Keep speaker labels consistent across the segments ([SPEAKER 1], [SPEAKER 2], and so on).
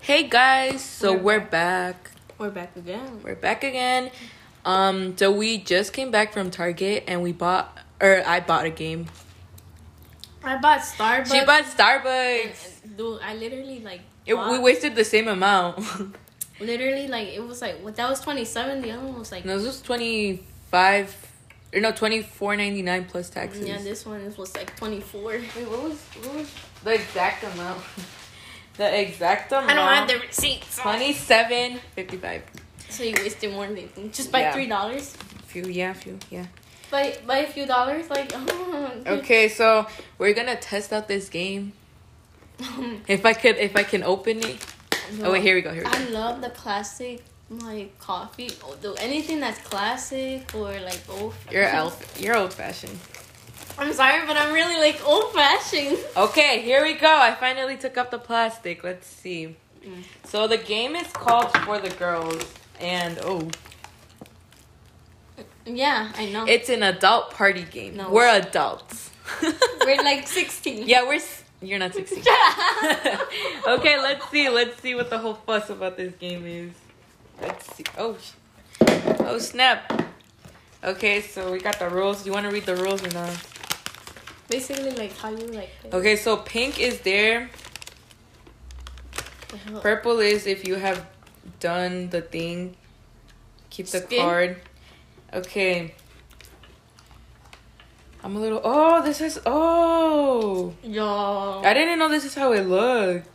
[SPEAKER 1] Hey guys, so
[SPEAKER 2] We're
[SPEAKER 1] we're back.
[SPEAKER 2] We're back again.
[SPEAKER 1] We're back again. Um, so we just came back from Target and we bought, or I bought a game.
[SPEAKER 2] I bought Starbucks.
[SPEAKER 1] she bought
[SPEAKER 2] and-
[SPEAKER 1] Starbucks.
[SPEAKER 2] and- Dude, I literally like.
[SPEAKER 1] It,
[SPEAKER 2] bought-
[SPEAKER 1] we wasted the same amount.
[SPEAKER 2] Literally, like it was like what that was twenty seven. The other one was like.
[SPEAKER 1] no, this was twenty five, or no, twenty four ninety nine plus taxes.
[SPEAKER 2] Yeah, this one is- was like twenty four.
[SPEAKER 1] Wait, what was what was the exact amount? the exact amount.
[SPEAKER 2] I don't have the receipt. so-
[SPEAKER 1] twenty seven fifty five.
[SPEAKER 2] So you wasted more than just by
[SPEAKER 1] Yeah.
[SPEAKER 2] three dollars.
[SPEAKER 1] Few, yeah, few, yeah.
[SPEAKER 2] By by a few dollars, like. oh, Mm-hmm.
[SPEAKER 1] Okay, so we're gonna test out this game.
[SPEAKER 2] Oh,
[SPEAKER 1] If I could, if I can open it. Oh wait, here we go. Here we go.
[SPEAKER 2] I love the classic like coffee. Oh, dude, anything that's classic or like old.
[SPEAKER 1] You're elf. You're old fashioned.
[SPEAKER 2] I'm sorry, but I'm really like old fashioned.
[SPEAKER 1] Okay, here we go. I finally took up the plastic. Let's see.
[SPEAKER 2] Mm.
[SPEAKER 1] So the game is called For the Girls, and oh,
[SPEAKER 2] Yeah, I know.
[SPEAKER 1] it's an adult party game.
[SPEAKER 2] Uh-huh. No.
[SPEAKER 1] We're adults.
[SPEAKER 2] We're like sixteen.
[SPEAKER 1] yeah, we're. S- you're not sixteen. okay, let's see. Let's see what the whole fuss about this game is. Let's see. Oh, sh- oh snap. Okay, so we got the rules. You want to read the rules or not?
[SPEAKER 2] Basically, like how you like.
[SPEAKER 1] Okay, so pink is there. Purple is if you have done the thing. Keep the
[SPEAKER 2] Spin.
[SPEAKER 1] card. Okay. I'm a little. Oh, this is. Oh.
[SPEAKER 2] Yo.
[SPEAKER 1] I didn't know this is how it looked.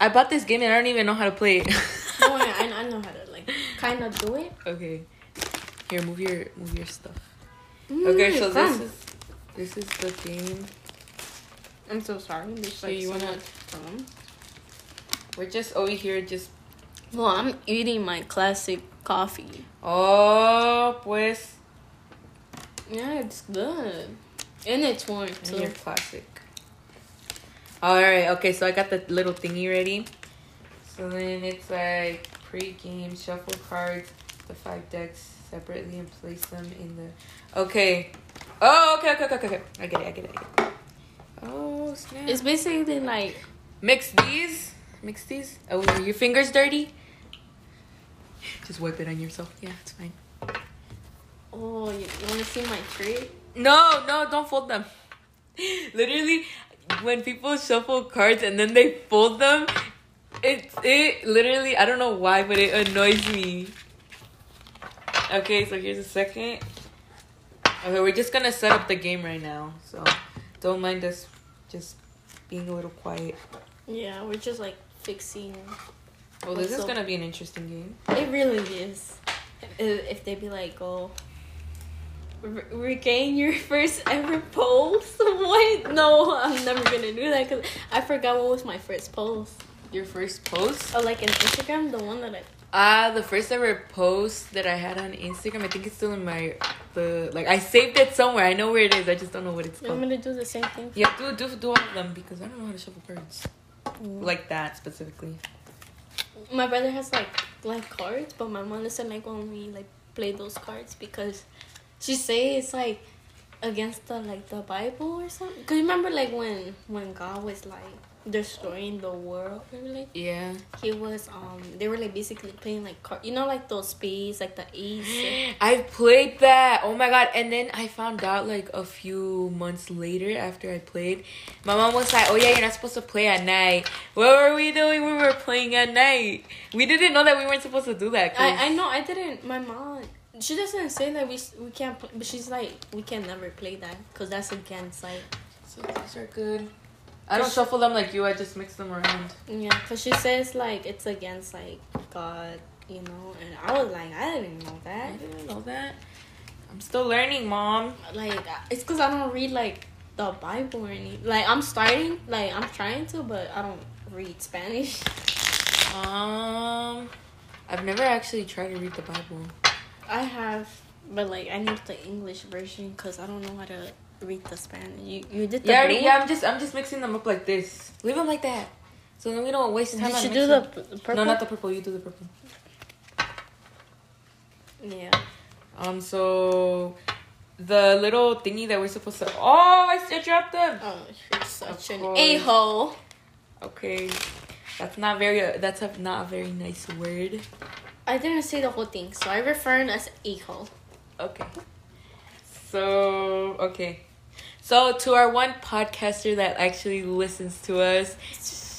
[SPEAKER 1] I bought this game and I don't even know how to play it.
[SPEAKER 2] No, I, I- I know how to like kind of do it.
[SPEAKER 1] okay. Here, move your move your stuff. Okay, so
[SPEAKER 2] Mm,
[SPEAKER 1] this is this is the thing.
[SPEAKER 2] I'm so sorry. There's
[SPEAKER 1] So
[SPEAKER 2] like
[SPEAKER 1] you
[SPEAKER 2] so
[SPEAKER 1] wanna-
[SPEAKER 2] much from.
[SPEAKER 1] We're just over here just
[SPEAKER 2] Well, I'm eating my classic coffee.
[SPEAKER 1] oh pues
[SPEAKER 2] Yeah, it's good, and it's warm
[SPEAKER 1] And your
[SPEAKER 2] too.
[SPEAKER 1] classic. All right. Okay. So I got the little thingy ready. So then it's like pre-game shuffle cards, the five decks separately, and place them in the. Okay. Oh. Okay. Okay. Okay. Okay. okay. I get it. I get it. I get it. Oh snap!
[SPEAKER 2] It's basically like
[SPEAKER 1] Mix these. Mix these. Oh, are your fingers dirty? Just wipe it on yourself. Yeah, it's fine.
[SPEAKER 2] oh, you, want to see my trick?
[SPEAKER 1] No, no, don't fold them. Literally, when people shuffle cards and then they fold them, it it literally I don't know why, but it annoys me. Okay, so here's a second. Okay, we're just gonna set up the game right now, so don't mind us just being a little quiet.
[SPEAKER 2] Yeah, we're just like fixing.
[SPEAKER 1] Well, this is
[SPEAKER 2] Also-
[SPEAKER 1] gonna be an interesting game.
[SPEAKER 2] It really is. If if they be like, oh, re- regain your first ever pulse. What? No, I'm never gonna do that because I forgot what was my first pulse.
[SPEAKER 1] Your first post?
[SPEAKER 2] Oh, like in Instagram, the one that I.
[SPEAKER 1] Ah, the first ever post that I had on Instagram. I think it's still in my the like I saved it somewhere. I know where it is. I just don't know what it's
[SPEAKER 2] You want
[SPEAKER 1] called.
[SPEAKER 2] me to do the same thing?
[SPEAKER 1] Yeah, do do do all of them because I don't know how to shuffle cards like that specifically.
[SPEAKER 2] My brother has like like cards, but my mom doesn't like when we like play those cards because she say it's like against the like the Bible or something. Cause you remember like when when God was like destroying the world or like.
[SPEAKER 1] Yeah.
[SPEAKER 2] He was um they were like basically playing like card you know like those spades like the ace
[SPEAKER 1] I played that. Oh my god! And then I found out like a few months later after I played, my mom was like, "Oh yeah, you're not supposed to play at night." What were we doing? We were playing at night. We didn't know that we weren't supposed to do that. 'cause-
[SPEAKER 2] I, I know I didn't my mom she doesn't say that we s- we can't play, but she's like we can never play that because that's against like
[SPEAKER 1] So these are good. I don't shuffle them like you. I just mix them around.
[SPEAKER 2] yeah because she says like it's against like God you know and I was like I didn't know
[SPEAKER 1] I
[SPEAKER 2] that
[SPEAKER 1] didn't know that. I'm still learning, mom.
[SPEAKER 2] like I- it's because I don't read like the Bible or anything like I'm starting like I'm trying to but I don't read Spanish
[SPEAKER 1] Um, I've never actually tried to read the Bible.
[SPEAKER 2] I have, but like I need the English version because I don't know how to read the Spanish. You you did
[SPEAKER 1] Yeah,
[SPEAKER 2] the
[SPEAKER 1] I already,
[SPEAKER 2] blue
[SPEAKER 1] yeah, I'm just I'm just mixing them up like this. Leave them like that, so then we don't waste time.
[SPEAKER 2] one?
[SPEAKER 1] on
[SPEAKER 2] Did you do
[SPEAKER 1] mixing-
[SPEAKER 2] the p- purple?
[SPEAKER 1] No, not the purple. You do the purple.
[SPEAKER 2] yeah.
[SPEAKER 1] Um, so the little thingy that we're supposed to. Oh, I still dropped them.
[SPEAKER 2] Oh, you're such
[SPEAKER 1] Of
[SPEAKER 2] an
[SPEAKER 1] course.
[SPEAKER 2] a hole.
[SPEAKER 1] Okay. That's not very. Uh, that's a, not a very nice word.
[SPEAKER 2] I didn't say the whole thing, so I refer to as a hole.
[SPEAKER 1] Okay. So okay. So to our one podcaster that actually listens to us,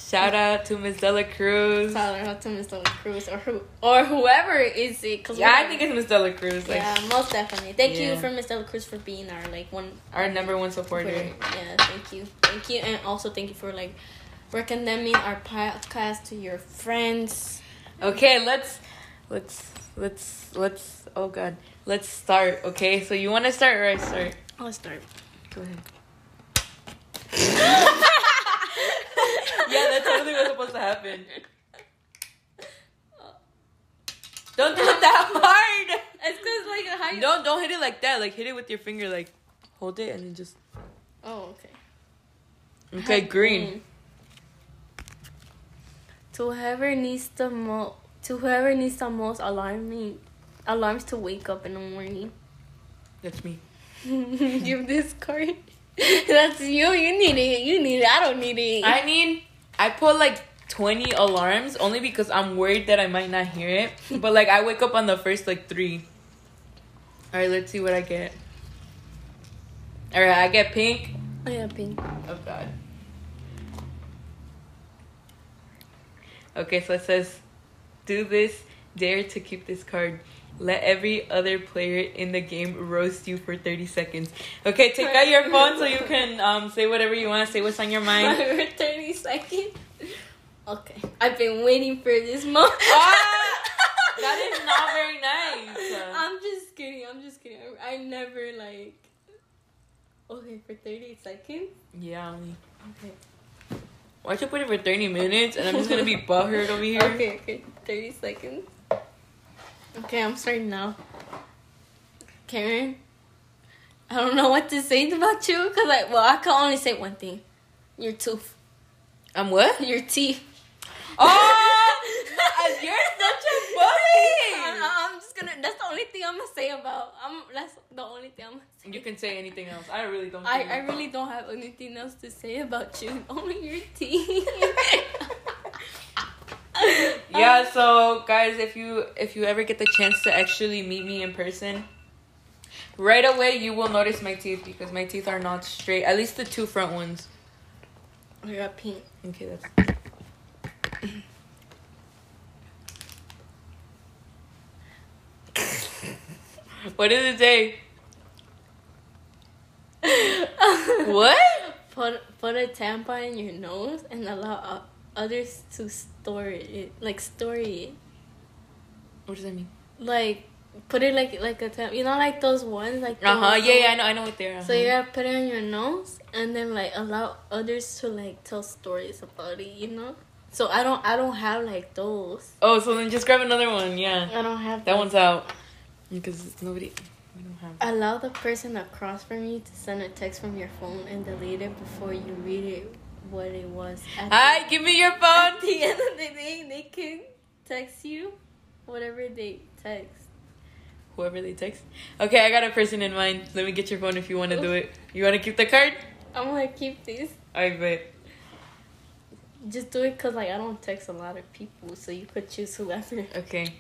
[SPEAKER 1] shout out to Ms. Dela Cruz.
[SPEAKER 2] Shout out to Miss Dela Cruz or who or whoever is it? Cause
[SPEAKER 1] Yeah,
[SPEAKER 2] we're-
[SPEAKER 1] I think it's Ms. Dela Cruz, like
[SPEAKER 2] yeah, most definitely. Thank you
[SPEAKER 1] Yeah.
[SPEAKER 2] for Miss Dela Cruz for being our like one
[SPEAKER 1] our number one supporter.
[SPEAKER 2] Yeah, thank you, thank you, and also thank you for like recommending our podcast to your friends.
[SPEAKER 1] Okay, let's let's let's let's oh god. Let's start, okay? So you wanna start or I start?
[SPEAKER 2] I'll start.
[SPEAKER 1] Go ahead. Yeah, that's totally what's supposed to happen. Don't do it that hard!
[SPEAKER 2] It's cause like how you.
[SPEAKER 1] Don't don't hit it like that. Like hit it with your finger, like hold it and then just
[SPEAKER 2] Oh, okay.
[SPEAKER 1] Okay, green.
[SPEAKER 2] Mm. To whoever needs the mo to whoever needs the most alarming alarms to wake up in the morning.
[SPEAKER 1] That's me.
[SPEAKER 2] Give this card. That's you. You need it. You need it. I don't need it.
[SPEAKER 1] I mean, I put like 20 alarms only because I'm worried that I might not hear it. But like, I wake up on the first like three. All right, let's see what I get. All right, I get pink.
[SPEAKER 2] I am pink.
[SPEAKER 1] Oh God. Okay, so it says, "Do this, dare to keep this card." Let every other player in the game roast you for 30 seconds. Okay, take out your phone so you can um, say whatever you want to say, what's on your mind.
[SPEAKER 2] Over thirty seconds. Okay, I've been waiting for this moment.
[SPEAKER 1] Ah, that is not very nice.
[SPEAKER 2] I'm just kidding. I'm just kidding. I, I never like. Okay, for thirty seconds.
[SPEAKER 1] Yeah, only.
[SPEAKER 2] Okay.
[SPEAKER 1] Why don't you put it for 30 minutes and I'm just gonna be butthurt over here?
[SPEAKER 2] Okay, okay, 30 seconds. Okay, I'm starting now. Karen, I don't know what to say about you because I, well, I can only say one thing your tooth,
[SPEAKER 1] I'm what?
[SPEAKER 2] your teeth.
[SPEAKER 1] Oh! You're such a
[SPEAKER 2] I'm,
[SPEAKER 1] bully!
[SPEAKER 2] Uh-huh, I'm just gonna, that's the only thing I'm gonna say about. I'm, that's the only thing I'm gonna say.
[SPEAKER 1] You can say anything else. I really don't
[SPEAKER 2] I,
[SPEAKER 1] care.
[SPEAKER 2] I really don't have anything else to say about you, only your teeth. um,
[SPEAKER 1] yeah, so guys, if you if you ever get the chance to actually meet me in person, right away you will notice my teeth because my teeth are not straight. At least the two front ones.
[SPEAKER 2] I got pink.
[SPEAKER 1] Okay, that's What did it say? What?
[SPEAKER 2] put put a tampon in your nose and allow o- others to store it, like store it,
[SPEAKER 1] What does that mean?
[SPEAKER 2] like put it like like a tamp. You know, like those ones, like the-
[SPEAKER 1] Uh huh. Yeah, yeah. I know. I know what they are. Uh-huh.
[SPEAKER 2] So you gotta put it on your nose and then like allow others to like tell stories about it. You know. So I don't I don't have like those.
[SPEAKER 1] Oh, so then just grab another one. Yeah,
[SPEAKER 2] I don't have
[SPEAKER 1] that
[SPEAKER 2] those.
[SPEAKER 1] one's out because nobody. We don't have.
[SPEAKER 2] Allow the person across from you to send a text from your phone and delete it before you read it. What it was. at the-
[SPEAKER 1] Hi, give me your phone.
[SPEAKER 2] At the end of the day, they can text you whatever they text.
[SPEAKER 1] Whoever they text. Okay, I got a person in mind. Let me get your phone if you want to do it. You want to keep the card?
[SPEAKER 2] I'm gonna keep this.
[SPEAKER 1] I bet.
[SPEAKER 2] Just do it because, like, I don't text a lot of people, so you could choose whoever.
[SPEAKER 1] Okay.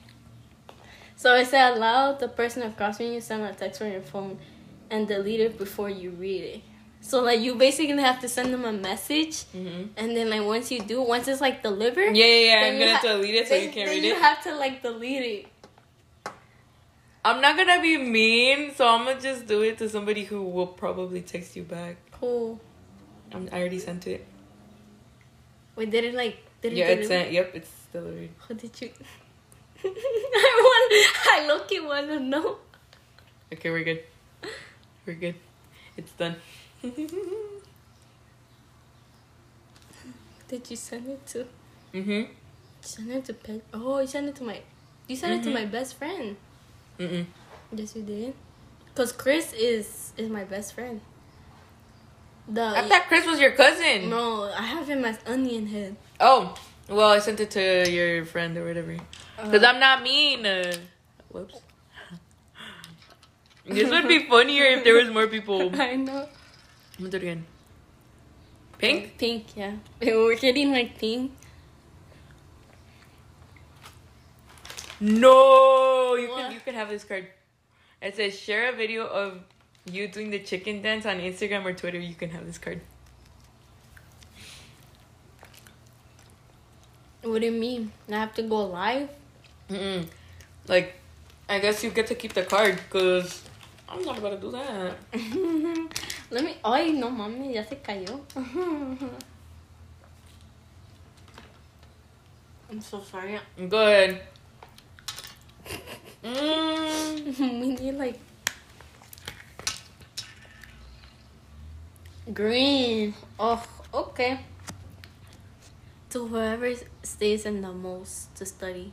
[SPEAKER 2] So I said, allow the person across from you to send a text from your phone and delete it before you read it. So, like, you basically have to send them a message,
[SPEAKER 1] Mhm.
[SPEAKER 2] and then, like, once you do, once it's, like, delivered,
[SPEAKER 1] Yeah, yeah, yeah.
[SPEAKER 2] Then
[SPEAKER 1] I'm
[SPEAKER 2] you
[SPEAKER 1] gonna
[SPEAKER 2] ha-
[SPEAKER 1] delete it so
[SPEAKER 2] then,
[SPEAKER 1] you can't
[SPEAKER 2] then
[SPEAKER 1] read
[SPEAKER 2] you
[SPEAKER 1] it.
[SPEAKER 2] have to, like, delete it.
[SPEAKER 1] I'm not gonna be mean, so I'm gonna just do it to somebody who will probably text you back.
[SPEAKER 2] Cool.
[SPEAKER 1] I'm, I already sent it.
[SPEAKER 2] Wait, did it, like, did it
[SPEAKER 1] Yeah, it's
[SPEAKER 2] deliver?
[SPEAKER 1] sent. Yep, it's delivered.
[SPEAKER 2] What did you? I want. I look. You wanna know?
[SPEAKER 1] Okay, we're good. We're good. It's done.
[SPEAKER 2] Did you send it to?
[SPEAKER 1] Mhm.
[SPEAKER 2] Send it to Pet. Oh, you sent it to my. You sent it
[SPEAKER 1] Mhm.
[SPEAKER 2] to my best friend.
[SPEAKER 1] Mm
[SPEAKER 2] Yes, you did. Cause Chris is is my best friend. The
[SPEAKER 1] I thought Chris was your cousin.
[SPEAKER 2] no, I have him as onion head.
[SPEAKER 1] Oh, well, I sent it to your friend or whatever. Because I'm not mean. Uh, Uh-huh. whoops. this would be funnier if there was more people. I'm
[SPEAKER 2] I know.
[SPEAKER 1] gonna do it again. Pink?
[SPEAKER 2] Pink, yeah. We're getting like pink.
[SPEAKER 1] No, you
[SPEAKER 2] What?
[SPEAKER 1] can you can have this card. It says share a video of you doing the chicken dance on Instagram or Twitter. You can have this card.
[SPEAKER 2] What do you mean? I have to go live?
[SPEAKER 1] Mm-mm. Like, I guess you get to keep the card because I'm not gonna do that.
[SPEAKER 2] Let me. Ay, no mames, ya se cayó. I'm so sorry.
[SPEAKER 1] Good. Mm.
[SPEAKER 2] we need like green. Oh, okay. To whoever s- stays in the most to study.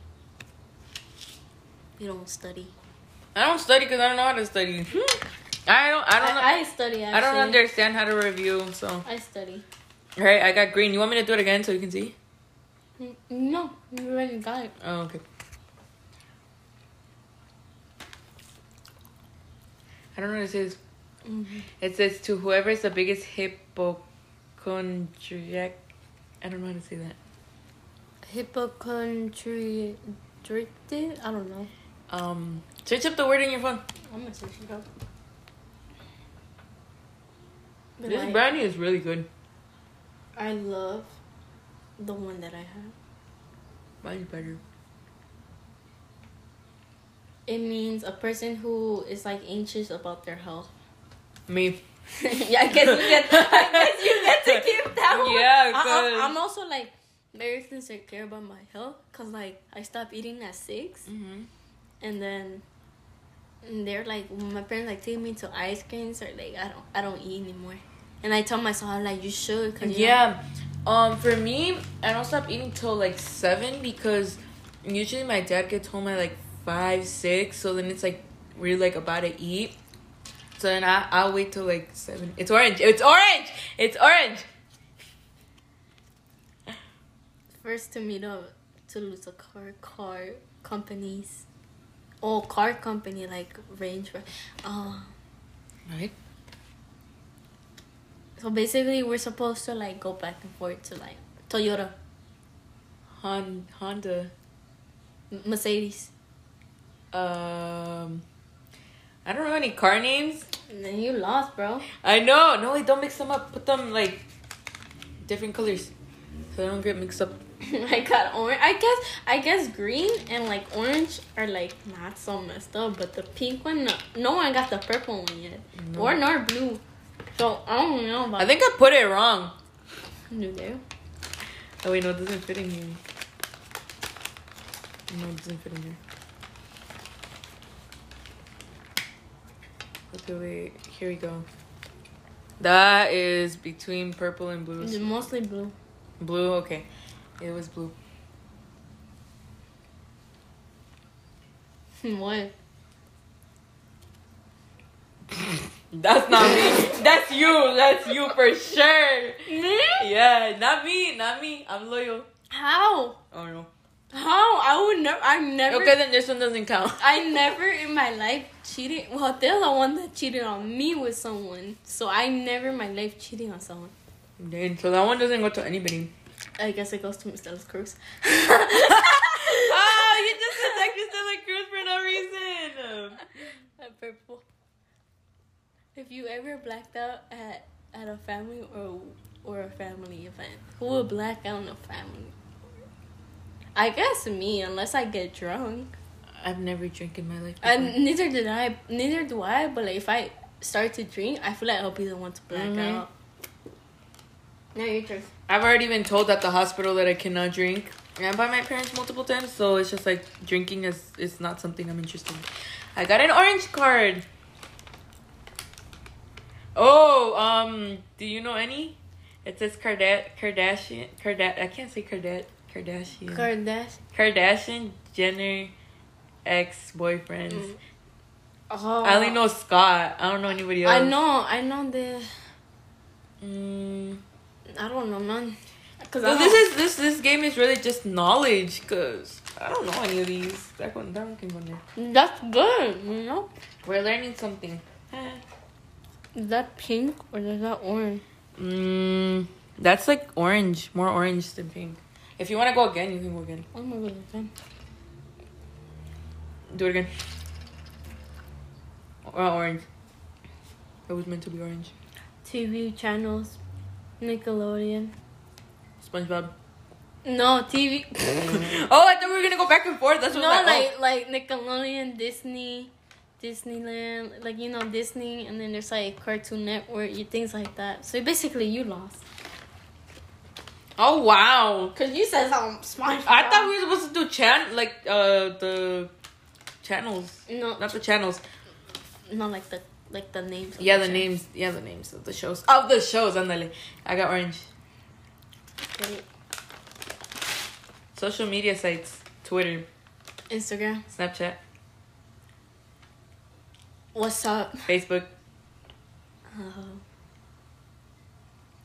[SPEAKER 2] You don't study.
[SPEAKER 1] I don't study because I don't know how to study. I don't. I don't. know-
[SPEAKER 2] I, I study.
[SPEAKER 1] I,
[SPEAKER 2] Actually.
[SPEAKER 1] don't understand how to review. So,
[SPEAKER 2] I study.
[SPEAKER 1] all right, I got green. You want me to do it again so you can see?
[SPEAKER 2] N- No, you already got it.
[SPEAKER 1] Oh, okay. I don't know what it says.
[SPEAKER 2] Mm-hmm.
[SPEAKER 1] It says to whoever's the biggest hypochondriac. I don't know how to say that.
[SPEAKER 2] Hypochondriac. I don't know.
[SPEAKER 1] Um, search up the word in your phone.
[SPEAKER 2] I'm gonna search it up. But
[SPEAKER 1] This
[SPEAKER 2] like,
[SPEAKER 1] brownie is really good.
[SPEAKER 2] I love the one that I have.
[SPEAKER 1] Mine's better.
[SPEAKER 2] It means a person who is like anxious about their health.
[SPEAKER 1] Me.
[SPEAKER 2] yeah, I guess you get. I guess you get to keep that one.
[SPEAKER 1] Yeah,
[SPEAKER 2] I,
[SPEAKER 1] cause-
[SPEAKER 2] I, am also like very concerned care about my health because like I stopped eating at six,
[SPEAKER 1] Mm-hmm.
[SPEAKER 2] and then and they're like my parents like take me to ice creams or like I don't I don't eat anymore, and I tell myself I'm like you should cause you know,
[SPEAKER 1] Yeah. Um, for me, I don't stop eating till like seven because usually my dad gets home at like five, six. So then it's like we're like about to eat. So then I I'll wait till like seven. It's orange. It's orange. It's orange.
[SPEAKER 2] first to meet up to lose a car car companies, oh car company like Range Rover, oh.
[SPEAKER 1] Right.
[SPEAKER 2] So basically, we're supposed to like go back and forth to like Toyota,
[SPEAKER 1] Hon- Honda.
[SPEAKER 2] M- Mercedes.
[SPEAKER 1] Um. I don't know any car names.
[SPEAKER 2] And then you lost, bro.
[SPEAKER 1] I know. No, wait, don't mix them up. Put them like different colors so they don't get mixed up.
[SPEAKER 2] I got orange. I guess I guess green and like orange are like not so messed up, but the pink one, no, no one got the purple one yet,
[SPEAKER 1] No.
[SPEAKER 2] or nor blue. So I don't know about
[SPEAKER 1] I think I put it wrong.
[SPEAKER 2] you there.
[SPEAKER 1] Oh wait, no, it doesn't fit in here. No, it doesn't fit in here. Okay, wait. Here we go. That is between purple and blue.
[SPEAKER 2] It's mostly blue.
[SPEAKER 1] Blue, okay. It was blue.
[SPEAKER 2] what?
[SPEAKER 1] That's not me. That's you. That's you for sure.
[SPEAKER 2] Me?
[SPEAKER 1] Yeah, not me. Not me. I'm loyal.
[SPEAKER 2] How?
[SPEAKER 1] Oh no.
[SPEAKER 2] How? I would never. I never.
[SPEAKER 1] Okay, then this one doesn't count.
[SPEAKER 2] I never in my life cheated. Well, they're the one that cheated on me with someone. So I never in my life cheated on someone.
[SPEAKER 1] Dang, so that one doesn't go to anybody.
[SPEAKER 2] I guess it goes to Mr. Ellis Cruz.
[SPEAKER 1] Oh, you just attacked Stella Cruz for no reason.
[SPEAKER 2] That purple. If you ever blacked out at, at a family or or a family event, who would black out in a family? I guess me, unless I get drunk.
[SPEAKER 1] I've never drank in my life. Before.
[SPEAKER 2] And neither did I. Neither do I. But like, if I start to drink, I feel like I'll be the one to black
[SPEAKER 1] Mhm.
[SPEAKER 2] out. Now your turn.
[SPEAKER 1] I've already been told at the hospital that I cannot drink, and by my parents multiple times. So it's just like drinking is is not something I'm interested in. I got an orange card. Oh, um, do you know any? It says Karda- Kardashian. Karda- I can't say Karda- Kardashian.
[SPEAKER 2] Kardashian.
[SPEAKER 1] Kardashian Jenner ex boyfriends.
[SPEAKER 2] Mm. Oh,
[SPEAKER 1] I only know Scott. I don't know anybody else.
[SPEAKER 2] I know. I know the.
[SPEAKER 1] Mm.
[SPEAKER 2] I don't know, man. Cause I
[SPEAKER 1] So
[SPEAKER 2] don't-
[SPEAKER 1] this is this this game is really just knowledge, cause I don't know any of these. That one, that one can go in there.
[SPEAKER 2] that's good. You know,
[SPEAKER 1] We're learning something.
[SPEAKER 2] is that pink or is that orange?
[SPEAKER 1] Mm, that's like orange,
[SPEAKER 2] Oh
[SPEAKER 1] more orange than pink. If you want to go again, you can go again.
[SPEAKER 2] I'm gonna go with them.
[SPEAKER 1] Do it again. Uh, orange. It was meant to be orange.
[SPEAKER 2] TV channels, Nickelodeon.
[SPEAKER 1] SpongeBob.
[SPEAKER 2] No TV.
[SPEAKER 1] Oh, I thought we were gonna go back and forth. That's what
[SPEAKER 2] no,
[SPEAKER 1] I was like.
[SPEAKER 2] like like Nickelodeon, Disney, Disneyland, like you know Disney, and then there's like Cartoon Network, you things like that. So basically, you lost.
[SPEAKER 1] Oh, oh wow.
[SPEAKER 2] Cause you said some SpongeBob.
[SPEAKER 1] I thought we were supposed to do chan like uh the channels,
[SPEAKER 2] we no,
[SPEAKER 1] not the channels.
[SPEAKER 2] not like the like the names. of
[SPEAKER 1] Yeah, the
[SPEAKER 2] channels.
[SPEAKER 1] names. Yeah, the names of the shows. Of the shows, andale. I got orange.
[SPEAKER 2] Wait,
[SPEAKER 1] Social media sites: Twitter,
[SPEAKER 2] Instagram.
[SPEAKER 1] Snapchat,
[SPEAKER 2] What's up?
[SPEAKER 1] Facebook.
[SPEAKER 2] Oh.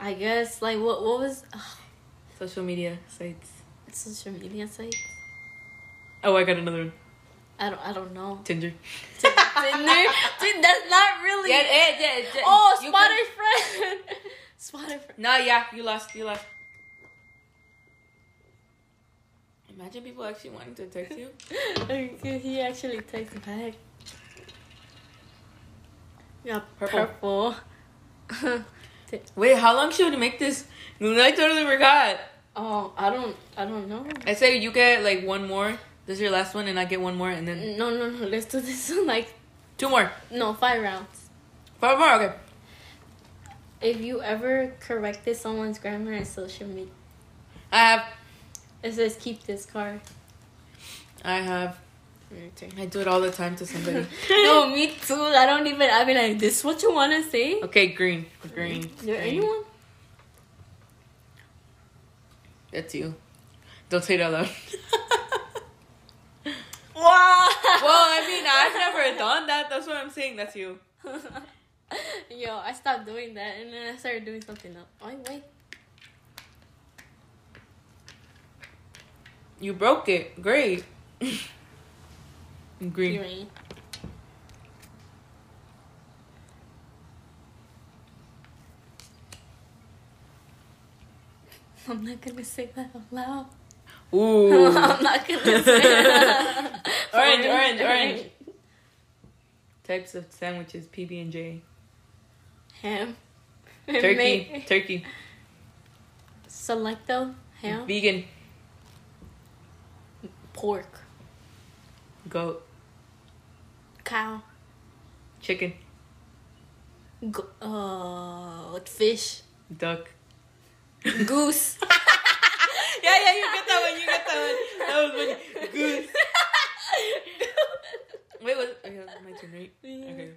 [SPEAKER 2] I guess like what what was ugh,
[SPEAKER 1] Social media sites.
[SPEAKER 2] social media site?
[SPEAKER 1] Oh, I got another one.
[SPEAKER 2] I don't I don't know.
[SPEAKER 1] Tinder.
[SPEAKER 2] Tinder, Dude, that's not really.
[SPEAKER 1] it, yeah, yeah.
[SPEAKER 2] Oh,
[SPEAKER 1] You
[SPEAKER 2] Spotter
[SPEAKER 1] can-
[SPEAKER 2] friend. Spotter friend.
[SPEAKER 1] No, yeah, you lost. You lost. Imagine people actually wanting to text you.
[SPEAKER 2] Okay, he actually takes it back. Yeah,
[SPEAKER 1] Purple.
[SPEAKER 2] purple.
[SPEAKER 1] Wait, how long should we make this? I totally forgot.
[SPEAKER 2] oh, I don't, I don't know.
[SPEAKER 1] I say you get like one more. This is your last one, and I get one more, and then
[SPEAKER 2] No, no, no. Let's do this in like
[SPEAKER 1] two more.
[SPEAKER 2] no five rounds.
[SPEAKER 1] Five more. Okay.
[SPEAKER 2] If you ever corrected someone's grammar in social media,
[SPEAKER 1] I have.
[SPEAKER 2] it says keep this card.
[SPEAKER 1] I have. I do it all the time to somebody.
[SPEAKER 2] no, me too. I don't even. I be like, this what you wanna say?
[SPEAKER 1] Okay, green. Green.
[SPEAKER 2] Is there
[SPEAKER 1] green.
[SPEAKER 2] anyone?
[SPEAKER 1] That's you. Don't say that loud.
[SPEAKER 2] Wow.
[SPEAKER 1] well, I mean, I've never done that. That's what I'm saying. That's you.
[SPEAKER 2] Yo, I stopped doing that and then I started doing something else. Wait, wait.
[SPEAKER 1] You broke it. Great. green.
[SPEAKER 2] Green. I'm not gonna say that out loud.
[SPEAKER 1] Ooh.
[SPEAKER 2] I'm not gonna say that.
[SPEAKER 1] Orange, orange, orange. Types of sandwiches: PB and J,
[SPEAKER 2] Ham.
[SPEAKER 1] turkey,
[SPEAKER 2] Mate.
[SPEAKER 1] turkey,
[SPEAKER 2] Selecto. Ham.
[SPEAKER 1] vegan,
[SPEAKER 2] Pork.
[SPEAKER 1] goat,
[SPEAKER 2] Cow.
[SPEAKER 1] chicken,
[SPEAKER 2] G- uh, fish.
[SPEAKER 1] duck.
[SPEAKER 2] Goose.
[SPEAKER 1] Yeah, yeah, you get that one. You get that one. That was funny. Goose. Wait, was okay, that's my turn, right? Okay.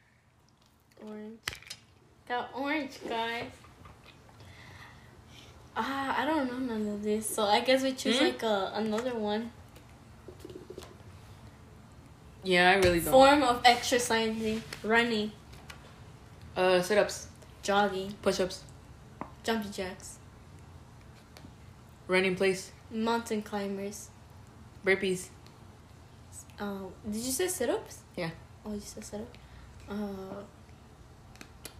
[SPEAKER 2] Orange. Got orange, guys. Ah, I don't know none of this, so I guess we choose
[SPEAKER 1] Hmm?
[SPEAKER 2] like a, another one.
[SPEAKER 1] Yeah, I really don't.
[SPEAKER 2] Form of exercising: running,
[SPEAKER 1] Uh, sit-ups,
[SPEAKER 2] jogging,
[SPEAKER 1] push-ups,
[SPEAKER 2] jumping jacks,
[SPEAKER 1] running place,
[SPEAKER 2] mountain climbers.
[SPEAKER 1] burpees.
[SPEAKER 2] Uh, did you say sit-ups?
[SPEAKER 1] Yeah.
[SPEAKER 2] Oh, you said sit-ups. Uh,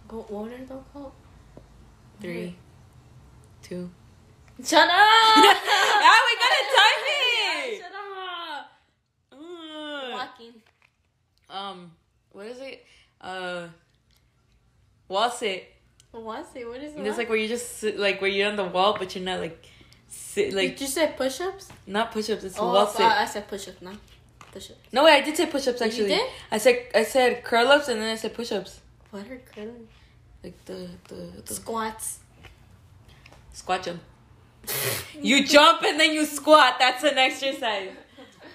[SPEAKER 2] go- what are those called?
[SPEAKER 1] Three, two.
[SPEAKER 2] Shut up!
[SPEAKER 1] Now we gotta time it.
[SPEAKER 2] Shut up!
[SPEAKER 1] Ugh.
[SPEAKER 2] Walking.
[SPEAKER 1] Um, what is it? Uh, wall sit.
[SPEAKER 2] What's it? What is it?
[SPEAKER 1] It's like where you just sit, like where you're on the wall, but you're not like sit like
[SPEAKER 2] did you say push-ups?
[SPEAKER 1] not push ups. It's
[SPEAKER 2] Oh,
[SPEAKER 1] wall
[SPEAKER 2] so
[SPEAKER 1] sit.
[SPEAKER 2] I, I said push up now. Push up.
[SPEAKER 1] no, wait, I did say push ups
[SPEAKER 2] You
[SPEAKER 1] actually.
[SPEAKER 2] did?
[SPEAKER 1] I said I said curl ups and then I said push ups.
[SPEAKER 2] What are curling?
[SPEAKER 1] Like the the, the
[SPEAKER 2] Squats.
[SPEAKER 1] squat jump. you jump and then you squat. That's an exercise.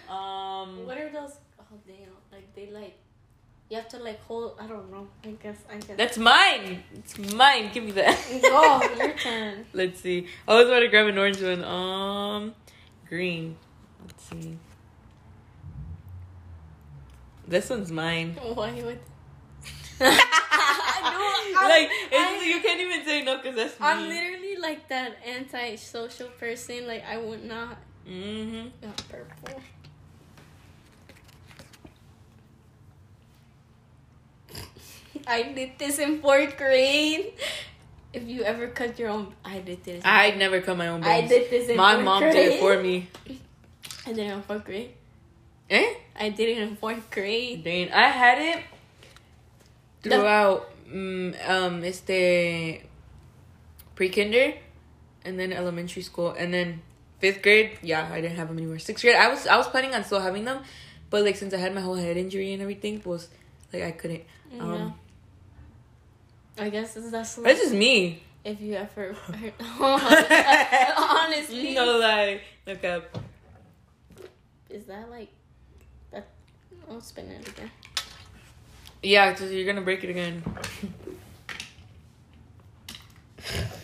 [SPEAKER 1] Um,
[SPEAKER 2] What are those? Oh damn! Like they like, you have to like hold. I don't know. I guess. I guess.
[SPEAKER 1] that's mine. It's mine. Give me that.
[SPEAKER 2] Go. your turn.
[SPEAKER 1] Let's see. I was about to grab an orange one. Um, green. Let's see. This one's mine.
[SPEAKER 2] Why would?
[SPEAKER 1] like it's, you can't even say no because that's me.
[SPEAKER 2] I'm literally like that anti-social person. Like I would not.
[SPEAKER 1] hmm
[SPEAKER 2] Not purple. I did this in fourth grade. If you ever cut your own, I did this.
[SPEAKER 1] I never cut my own
[SPEAKER 2] I
[SPEAKER 1] bangs.
[SPEAKER 2] did this in
[SPEAKER 1] My
[SPEAKER 2] fourth
[SPEAKER 1] mom
[SPEAKER 2] grade.
[SPEAKER 1] did it for me.
[SPEAKER 2] I did it in fourth grade.
[SPEAKER 1] Eh?
[SPEAKER 2] I did it in fourth grade.
[SPEAKER 1] Dang, I had it
[SPEAKER 2] The-
[SPEAKER 1] throughout mm, um este pre-kinder and then elementary school and then fifth grade. Yeah, I didn't have them anymore. Sixth grade, I was I was planning on still having them, but like since I had my whole head injury and everything, was like I couldn't. Um,
[SPEAKER 2] yeah. I guess that's- that's
[SPEAKER 1] But it's just me.
[SPEAKER 2] if you ever heard. honestly,
[SPEAKER 1] no lie. Look up.
[SPEAKER 2] is that like that? I'll spin it again.
[SPEAKER 1] Yeah, because you're gonna break it again.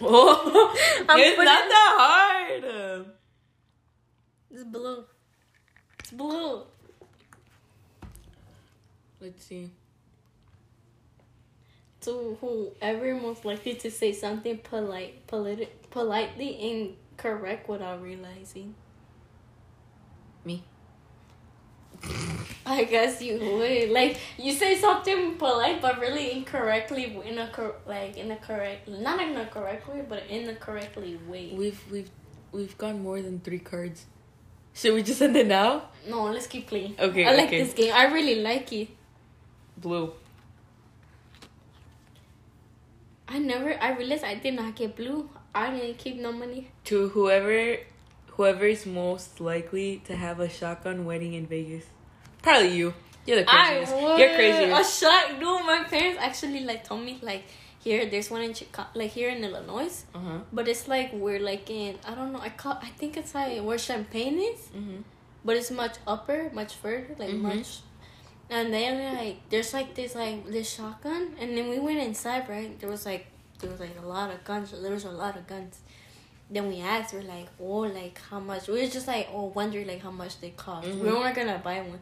[SPEAKER 1] oh,
[SPEAKER 2] I'm
[SPEAKER 1] it's
[SPEAKER 2] putting-
[SPEAKER 1] not that hard.
[SPEAKER 2] It's blue. It's blue.
[SPEAKER 1] Let's see.
[SPEAKER 2] To whoever most likely to say something polite, politi- politely incorrect without realizing.
[SPEAKER 1] Me.
[SPEAKER 2] I guess you would like you say something polite but really incorrectly in a cor- like in a correct not in a correct way but in the correctly way.
[SPEAKER 1] We've we've we've gone more than three cards. Should we just end it now?
[SPEAKER 2] No, let's keep playing.
[SPEAKER 1] Okay,
[SPEAKER 2] I like
[SPEAKER 1] okay.
[SPEAKER 2] this game. I really like it.
[SPEAKER 1] Blue.
[SPEAKER 2] I never. I realized I did not get blue. I didn't keep no money.
[SPEAKER 1] To whoever whoever is most likely to have a shotgun wedding in Vegas. Probably you. You're the craziest. You're
[SPEAKER 2] A
[SPEAKER 1] craziest.
[SPEAKER 2] shot. No, my parents actually like told me like here there's one in Chicago, like here in Illinois,
[SPEAKER 1] Uh huh.
[SPEAKER 2] but it's like we're like in I don't know. I call I think it's like where Champagne is,
[SPEAKER 1] Mm-hmm.
[SPEAKER 2] but it's much upper, much further, like
[SPEAKER 1] Mhm.
[SPEAKER 2] much. And then like there's like this like this shotgun, and then we went inside. Right, there was like there was like a lot of guns. There was a lot of guns. Then we asked, we're like, oh, like how much? We were just like, oh, wondering like how much they cost.
[SPEAKER 1] Mhm.
[SPEAKER 2] We weren't gonna buy one.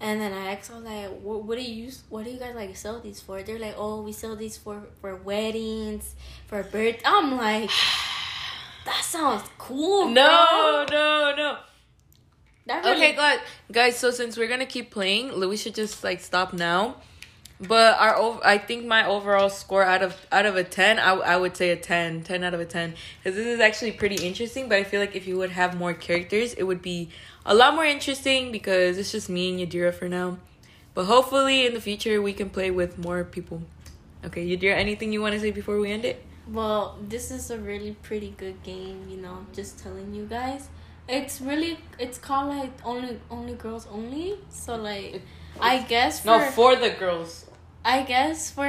[SPEAKER 2] And then I asked, I was like, what, what do you use? What do you guys like sell these for? They're like, oh, we sell these for for weddings, for birth. I'm like, that sounds cool. bro.
[SPEAKER 1] No, no, no.
[SPEAKER 2] That really
[SPEAKER 1] Okay, guys. Guys, so since we're gonna keep playing, l- we should just like stop now. But our ov- I think my overall score out of out of a 10, I, w- I would say a 10, 10 out of a 10 cuz this is actually pretty interesting, but I feel like if you would have more characters, it would be a lot more interesting because it's just me and Yadira for now. But hopefully in the future we can play with more people. Okay, Yadira, anything you want to say before we end it?
[SPEAKER 2] Well, this is a really pretty good game, you know, just telling you guys. It's really it's called like only only girls only. So like I guess for,
[SPEAKER 1] for the girls.
[SPEAKER 2] I guess for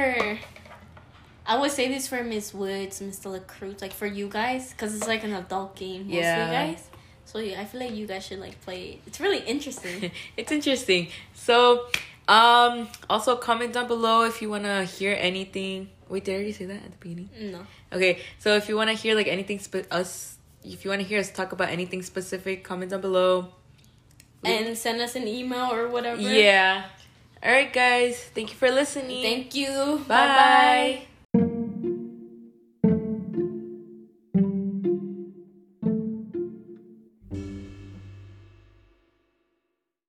[SPEAKER 2] I would say this for Miss Woods, Mr. LaCruz, like for you guys cuz it's like an adult game mostly
[SPEAKER 1] Yeah.
[SPEAKER 2] guys. So yeah, I feel like you guys should like play it. It's really interesting.
[SPEAKER 1] it's interesting. So, um, also comment down below if you wanna hear anything. Wait, did I already say that at the beginning?
[SPEAKER 2] no.
[SPEAKER 1] Okay, so if you wanna hear like anything, spe- us, if you wanna hear us talk about anything specific, comment down below.
[SPEAKER 2] And send us an email or whatever.
[SPEAKER 1] Yeah. All right, guys. Thank you for listening.
[SPEAKER 2] Thank you.
[SPEAKER 1] Bye.
[SPEAKER 2] Bye-bye.